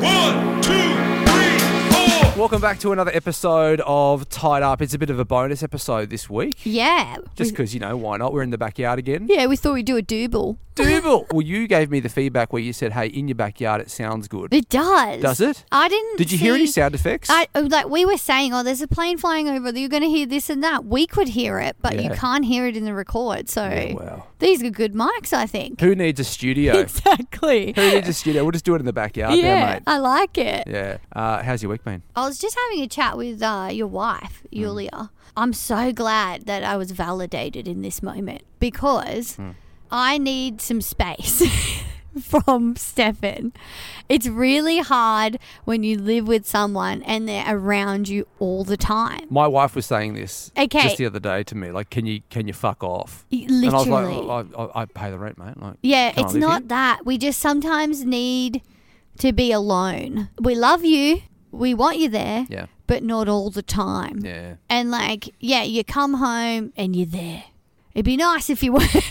One, two, three, four. Welcome back to another episode of Tied Up. It's a bit of a bonus episode this week. Yeah. Just We- because, you know, why not? We're in the backyard again. yeah, we thought we'd do a dooble. Dooble. well, you gave me the feedback where you said, hey, in your backyard, it sounds good. It does. Does it? I didn't. Did you hear any see- sound effects? I oh, like we were saying, oh, there's a plane flying over. You're going to hear this and that. We could hear it, but you Yeah. can't hear it in the record. So Yeah, wow. these are good mics, I think. Who needs a studio? Exactly. Who needs a studio? We'll just do it in the backyard yeah, there, mate. I like it. Yeah. Uh, how's your week been? I was just having a chat with uh, your wife, Mm. Yulia. I'm so glad that I was validated in this moment because Mm. I need some space from Stefan. It's really hard when you live with someone and they're around you all the time. My wife was saying this Okay. just the other day to me, like, can you can you fuck off? Y- And I was like, literally. "Oh, I, I, I pay the rent, mate. Like, Yeah, can I it's live not here?" that. We just sometimes need to be alone. We love you, we want you there, Yeah. but not all the time. Yeah. And like, yeah, you come home and you're there. It'd be nice if you were.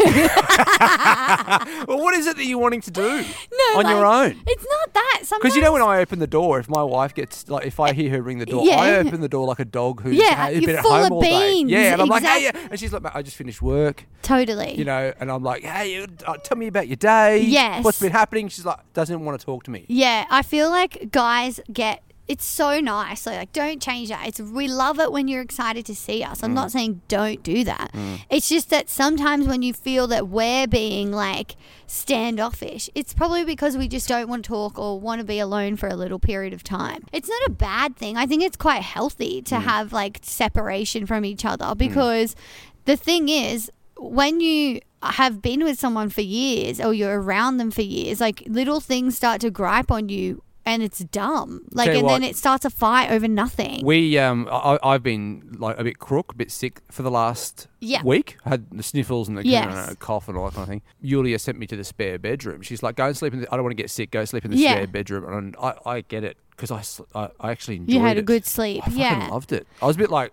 Well, what is it that you're wanting to do No, on your like, own? It's not that. Sometimes. Because you know when I open the door, if my wife gets like, if I hear her ring the door, I Yeah. open the door like a dog who's Yeah, hey, you're been at full home of all day. beans, Yeah, and I'm like, hey, exact- yeah. and she's like, mate, I just finished work, Totally. you know, and I'm like, hey, you- uh, tell me about your day. Yes. what's been happening? She's like, doesn't want to talk to me. Yeah, I feel like guys get. It's so nice. So like, don't change that. It's we love it when you're excited to see us. I'm not saying don't do that. It's just that sometimes when you feel that we're being like standoffish, it's probably because we just don't want to talk or want to be alone for a little period of time. It's not a bad thing. I think it's quite healthy to have like separation from each other because the thing is when you have been with someone for years or you're around them for years, like little things start to gripe on you and it's dumb. Like, Tell you and then what. it starts a fight over nothing. We, um, I, I- I've been like a bit crook, a bit sick for the last Yeah. week. I had the sniffles and the Yes. cough and all that kind of thing. Yulia sent me to the spare bedroom. She's like, go and sleep in the, I don't want to get sick. Go sleep in the Yeah. spare bedroom. And I, I get it because I, sl- I, I actually enjoyed you had a it. good sleep. I fucking yeah. loved it. I was a bit like,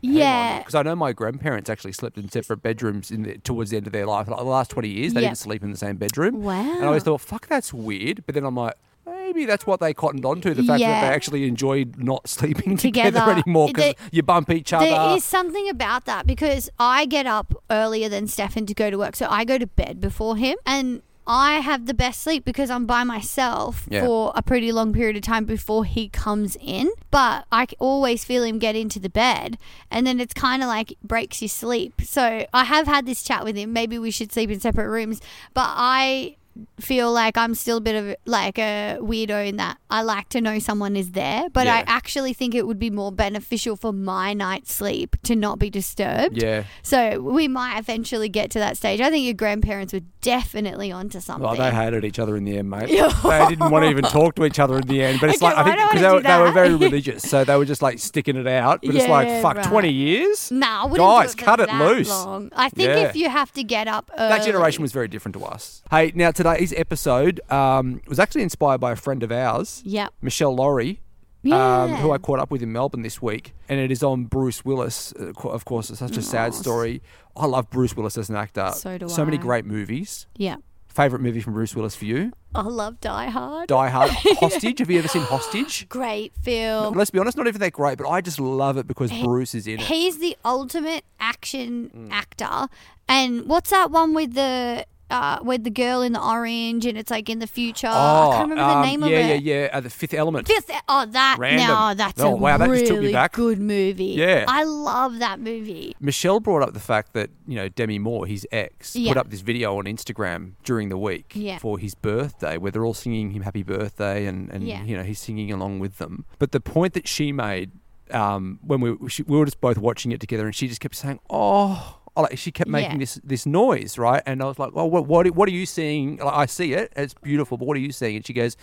yeah. because I know my grandparents actually slept in separate bedrooms in the, towards the end of their life. Like the last twenty years, they Yeah. didn't sleep in the same bedroom. Wow. And I always thought, fuck, that's weird. But then I'm like, maybe that's what they cottoned onto the fact that Yeah. they actually enjoyed not sleeping together, Together. anymore because They- you bump each other. There is something about that because I get up earlier than Stefan to go to work. So I go to bed before him and I have the best sleep because I'm by myself Yeah. for a pretty long period of time before he comes in. But I c- always feel him get into the bed and then it's kind of like breaks your sleep. So I have had this chat with him. Maybe we should sleep in separate rooms. But I feel like I'm still a bit of like a weirdo in that I like to know someone is there, but Yeah. I actually think it would be more beneficial for my night's sleep to not be disturbed. yeah. So we might eventually get to that stage. I think your grandparents were definitely onto something. Well, Oh, they hated each other in the end, mate. they didn't want to even talk to each other in the end. But it's Okay, like I well, I think don't because they, wanna were- do they were that. very religious, so they were just like sticking it out. But it's like Yeah, fuck, right. twenty years. Nah, I wouldn't do guys, it for cut it that loose. long. I think Yeah. if you have to get up early, That generation was very different to us. Hey, now today's episode um, was actually inspired by a friend of ours, Yep. Michelle Laurie, um, Yeah. who I caught up with in Melbourne this week, and it is on Bruce Willis. Uh, co- Of course, it's such a sad story. I love Bruce Willis as an actor. So do So many I. great movies. Yeah. Favorite movie from Bruce Willis for you? I love Die Hard. Die Hard. Hostage. Have you ever seen Hostage? Great film. Let's be honest, not even that great, but I just love it because Bruce is in it. Mm. He's the ultimate action actor. And what's that one with the uh, with the girl in the orange and it's like in the future? oh, I can't remember the um, name yeah, of it. Yeah, yeah, Uh, the Fifth Element. Fifth, oh, that Random. no, that's Oh, a wow, that really just took me back. good movie. Yeah. I love that movie. Michelle brought up the fact that you know Demi Moore, his ex, Yeah. put up this video on Instagram during the week Yeah. for his birthday, where they're all singing him happy birthday, and and Yeah. you know he's singing along with them. But the point that she made um, when we she, we were just both watching it together, and she just kept saying, "Oh, I- like she kept making Yeah. this this noise, right? And I was like, well, what what, what are you seeing? Like, I see it, it's beautiful, but what are you seeing? And she goes,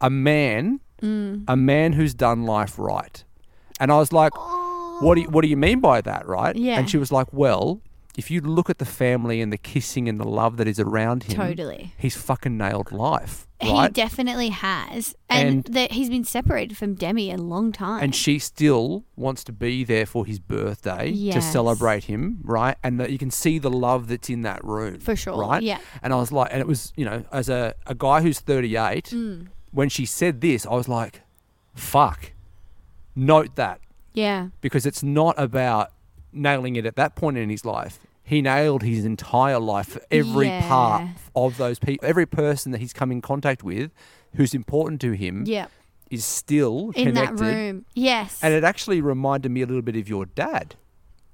a man, a man who's done life right. And I was like, what do you, what do you mean by that, right? Yeah. And she was like, well. If you look at the family and the kissing and the love that is around him, Totally. he's fucking nailed life, He right? definitely has, and, And- that he's been separated from Demi a long time. and she still wants to be there for his birthday to Yes. celebrate him, right? And that you can see the love that's in that room. For sure, Right? yeah. And I was like, and it was, you know, as a, a guy who's 38, Mm. when she said this, I was like, fuck, note that yeah, because it's not about nailing it at that point in his life. He nailed his entire life, every Yeah. part of those people, every person that he's come in contact with who's important to him yeah, is still in connected. that room, yes. And it actually reminded me a little bit of your dad.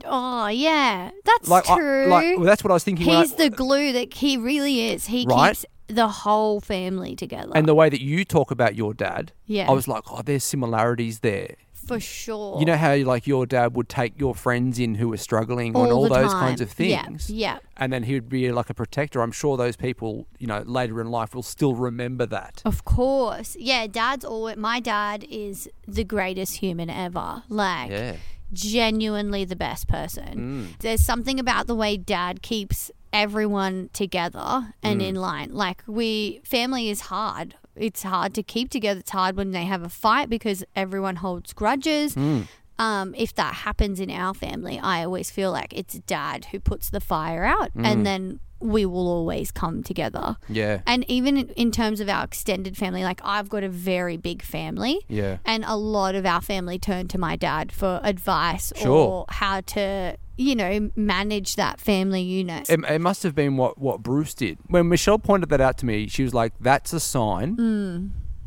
oh yeah, that's Like, I- true. like well, that's what I was thinking. when I- he's the glue that he really is. He Right? keeps the whole family together, and the way that you talk about your dad, Yeah. I was like, oh, there's similarities there. for sure. You know how like your dad would take your friends in who were struggling on All all the those time. kinds of Yeah, things. yeah. And then he would be like a protector. I'm sure those people, you know, later in life will still remember that. Of course. Yeah, dad's always my dad is the greatest human ever. Like Yeah. Mm. genuinely the best person. There's something about the way dad keeps everyone together and Mm. in line. Like we family is hard. It's hard to keep together. It's hard when they have a fight because everyone holds grudges. Mm. Um, if that happens in our family, I always feel like it's dad who puts the fire out Mm. and then we will always come together. Yeah. And even in- in terms of our extended family, like I've got a very big family. Yeah. And a lot of our family turned to my dad for advice Sure. or how to, you know, manage that family unit. It, it must have been what, what Bruce did. When Michelle pointed that out to me, she was like, that's a sign Hmm.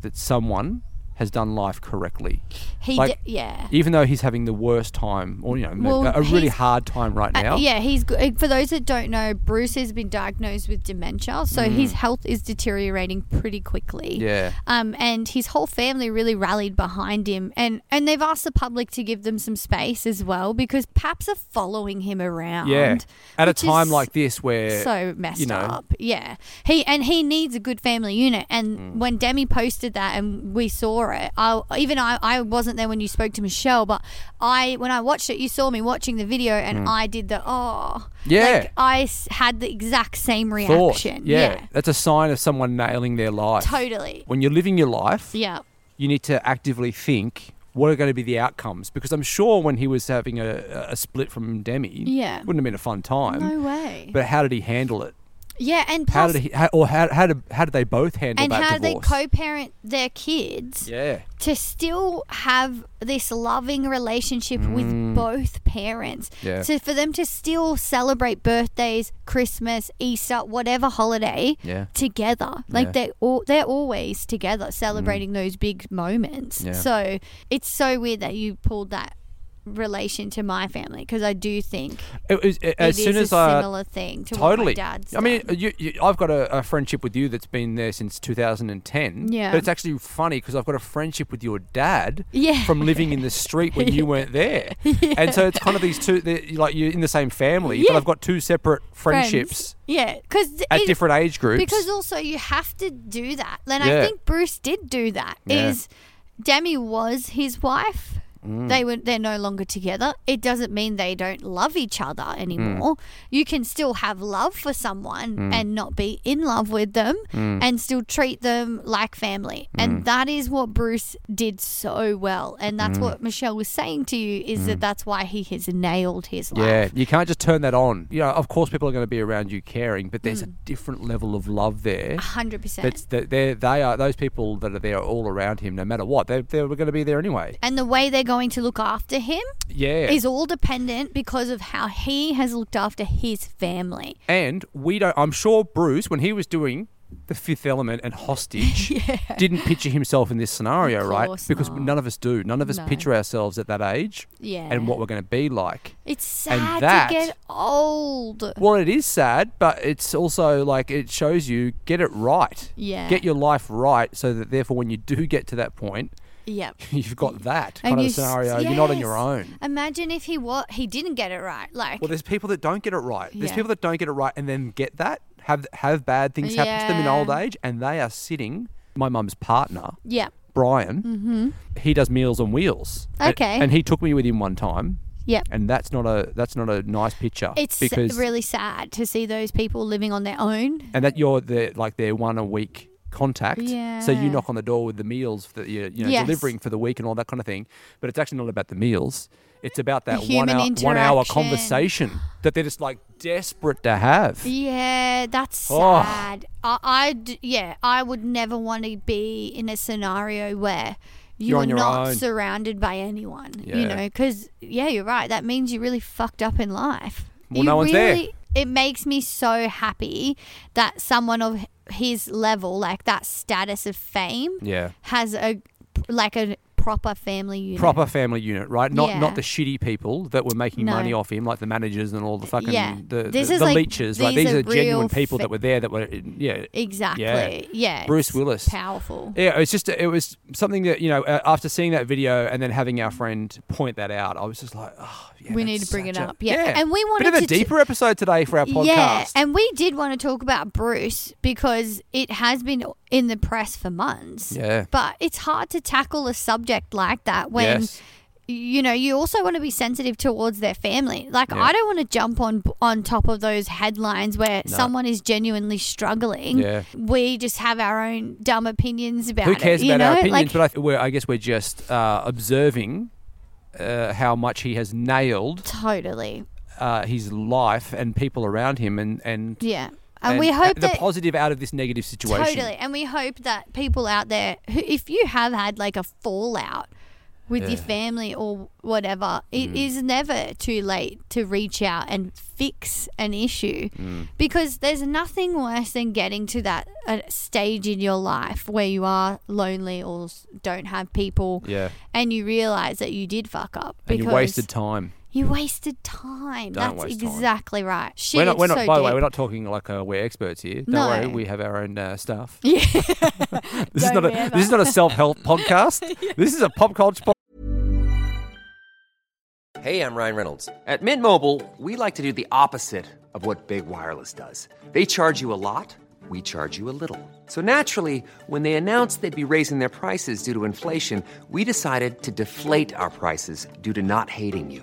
that someone has done life correctly. he, like- d- yeah. even though he's having the worst time, or you know, Well, a really he's- hard time right Uh, now. yeah, he's g- for those that don't know, Bruce has been diagnosed with dementia, so his health is deteriorating pretty quickly. Mm. Yeah. Um, and his whole family really rallied behind him, and and they've asked the public to give them some space as well because paps are following him around. Yeah. At a which time is like this, where so messed Eh, you know, up. Yeah. He and he needs a good family unit. And Mm. when Demi posted that and we saw it, I even I, I wasn't there when you spoke to Michelle, but I when I watched it, you saw me watching the video and I did the Mm. oh. Yeah. Like I s- had the exact same thought, yeah, reaction. that's a sign of someone nailing their life. Totally. When you're living your life, Yeah. you need to actively think what are going to be the outcomes because I'm sure when he was having a, a split from Demi, Yeah. wouldn't have been a fun time. No way. Um, But how did he handle it? yeah, and How plus, did he, how, or how, how did how did they both handle and that how do they divorce? co-parent their kids? yeah, to still have this loving relationship with both parents. Mm. Yeah. So for them to still celebrate birthdays, Christmas, Easter, whatever holiday Yeah. together. Like Yeah. Mm. they're all, they're always together celebrating those big moments. Yeah. So it's so weird that you pulled that relation to my family because I do think it was, as it is soon as a I similar thing to what my Totally. dad's I mean, done. you, you, I've got a, a friendship with you that's been there since 2010. Yeah. But it's actually funny because I've got a friendship with your dad Yeah. from living in the street when you weren't there. And so it's kind of these two, they're- like you're in the same family, but Yeah. I've got two separate Friends. friendships yeah because at different age groups. Because also you have to do that. And I Yeah. think Bruce did do that. Is Yeah. Mm. Demi was his wife. They were they're no longer together. It doesn't mean they don't love each other anymore. Mm. You can still have love for someone and not be in love with them Mm. and still treat them like family. And that is what Bruce did so well. And Mm-hmm. that's what Michelle was saying to you is that that's why he has nailed his life. Mm. yeah, you can't just turn that on. You know, of course, people are going to be around you caring, but Mm. there's a different level of love there. 100%. That's that they're- they are those people that are there all around him, no matter what. They they were going to be there anyway. and the way they're going to look after him Yeah, is all dependent because of how he has looked after his family. And we don't. I'm sure Bruce, when he was doing the Fifth Element and Hostage, didn't picture himself in this scenario, right? course Because not. none of us do. None of us No. picture ourselves at that age, Yeah. and what we're going to be like. It's And sad that- to get old. Well, it is sad, but it's also like it shows you get it right. Yeah. Get your life right, so that therefore, when you do get to that point, Yep. You've got that kind of you s- scenario. You're not on your yes. own. Imagine if he what he didn't get it right. Like Well, there's people that don't get it right. There's Yeah. people that don't get it right and then get that, have have bad things happen to them in Yeah. old age, and they are sitting. My mum's partner, yeah, Brian, he does Meals on Wheels. And- Mm-hmm. Okay. And, he took me with him one time, yeah. and that's not a that's not a nice picture. It's because really sad to see those people living on their own. and that you're the like their one a week contact. So you Yeah. knock on the door with the meals that you're you know Yes. delivering for the week and all that kind of thing. But it's actually not about the meals. It's about that one human hour one hour interaction. conversation that they're just like desperate to have. Yeah, that's Oh. sad. I, I'd yeah, I would never want to be in a scenario where you You're are on your not own. surrounded by anyone. Yeah. You know, because yeah, you're right. That means you really fucked up in life. Well, You no one's there. really- It makes me so happy that someone of his level, like that status of fame, Yeah. has a like a proper family unit. Proper family unit, right? Not Yeah. not the shitty people that were making No. money off him, like the managers and all the fucking Yeah. the, the, This is the like- leeches. Like these these are are genuine real people fa- that were there that were yeah. Exactly. Yeah. Yeah. Bruce it's Willis. Powerful. Yeah, it's just it was something that you know uh, after seeing that video and then having our friend point that out, I was just like, oh, yeah, We need that's to bring it such a- up. Yeah, and we wanted bit of a to do- deeper episode today for our podcast. Yeah, and we did want to talk about Bruce because it has been in the press for months. Yeah. But it's hard to tackle a subject like that when Yes. you know you also want to be sensitive towards their family. Like Yeah. I don't want to jump on on top of those headlines where someone is genuinely struggling. Yeah. We just have our own dumb opinions about who cares it. you about know? our opinions? Like, but I, th- we're, I guess we're just uh, observing uh, how much he has nailed totally. uh, his life and people around him, and and Yeah. And, we hope the that positive out of this negative situation. Totally. And we hope that people out there, who, if you have had like a fallout with your family or whatever, it Mm. is never too late to reach out and fix an issue Mm. because there's nothing worse than getting to that uh, stage in your life where you are lonely or s- don't have people Yeah. and you realize that you did fuck up And because you wasted time. you wasted time. Don't That's waste time. exactly right. Shit, We're not. We're it's not. so by the way, deep. we're not talking like uh, we're experts here. Don't No. worry, we have our own uh, stuff. Yeah. This is not a Don't we this is not a self help podcast. This is a pop culture. Po- Hey, I'm Ryan Reynolds. At Mint Mobile, we like to do the opposite of what Big Wireless does. They charge you a lot, we charge you a little. So naturally, when they announced they'd be raising their prices due to inflation, we decided to deflate our prices due to not hating you.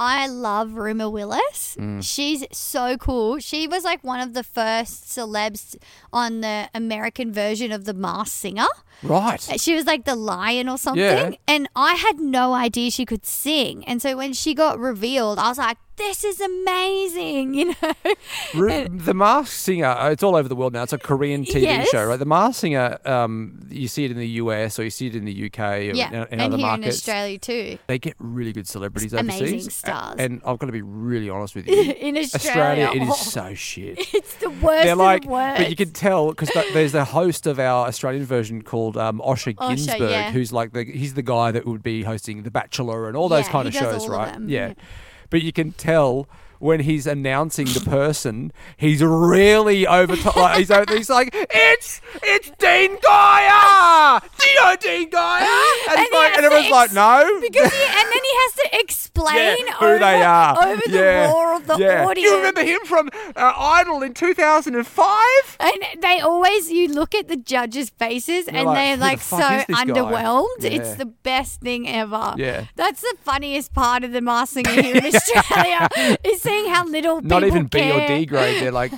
I love Rumor Willis. Mm. She's so cool. She was like one of the first celebs on the American version of The Masked Singer. right. She was like the lion or something. Yeah. And I had no idea she could sing. And so when she got revealed, I was like, this is amazing, you know? Ru- the Masked Singer. uh, It's all over the world now. It's a Korean TV Yes. show, right? The Masked Singer. Um, you see it in the US or you see it in the UK or yeah. in, in and other here in markets. Australia too. they get really good celebrities amazing overseas. A- stars. And I've got to be really honest with you. In Australia. Australia, it is oh, so shit. it's the worst They're of like, the worst. but you can tell because there's a host of our Australian version called um, Osher Osher, Ginsburg, yeah. who's like the he's the guy that would be hosting The Bachelor and all those Yeah, kind he of does shows, all of right? them, yeah. yeah. but you can tell when he's announcing the person, he's really over top. Like, he's, over, he's like, it's it's Dean Geyer, do you know Dean Geyer? And, And he's he like, and has to everyone's like, ex- no, because he, and then he has to explain yeah, who over, they are over the yeah. roar of the yeah. audience. You remember him from uh, Idol in 2005? And they always, you look at the judges' faces and like, "Who they're the like so fuck is this guy?" underwhelmed. Yeah. It's the best thing ever. Yeah. That's the funniest part of the Masked Singer here in Australia is seeing how little not people even B care. or D grade. They're like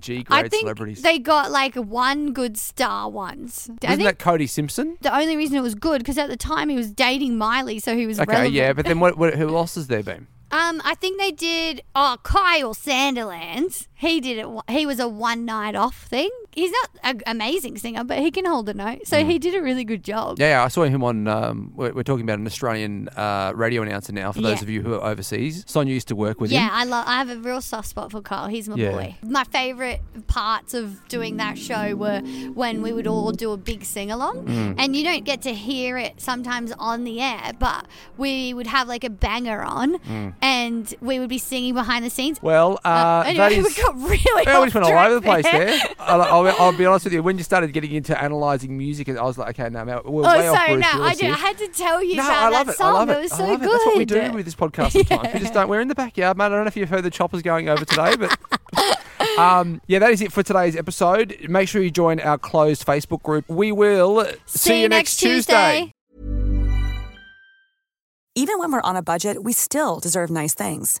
G I grade think celebrities. they got like one good star once. I Isn't think that Cody Simpson? the only reason it was good because at the time he was dating Miley, so he was Okay, relevant. yeah, but then what, what? Who else has there been? Um, I think they did. Oh, Kyle Sanderlands. He did it. wa- He was a one night off thing. He's not an amazing singer, but he can hold a note. So he did a really good job. Mm. Yeah, yeah, I saw him on. Um, we're, we're talking about an Australian uh, radio announcer now. For those Yeah. of you who are overseas, Sonia used to work with Yeah, him. I love. I have a real soft spot for Kyle. He's my Yeah. boy. My favorite parts of doing that show were when we would all do a big sing along, Mm. and you don't get to hear it sometimes on the air, but we would have like a banger on, and we would be singing behind the scenes. Well, Mm. uh, anyway, that is. we got really. Yeah, we off just went all over the track place there. I'll, I'll, I'll be honest with you. When you started getting into analysing music, I was like, okay, no, man, we're Oh, way off sorry, Bruce no, I, Willis do, here. I had to tell you No, about I love that it. song. I love it. It was I so love good. it. That's what we do with this podcast sometimes. We just don't. We're in the backyard, man. I don't know if you've heard the choppers going over today, but. Um, yeah, that is it for today's episode. Make sure you join our closed Facebook group. We will see, you next Tuesday. Even when we're on a budget, we still deserve nice things.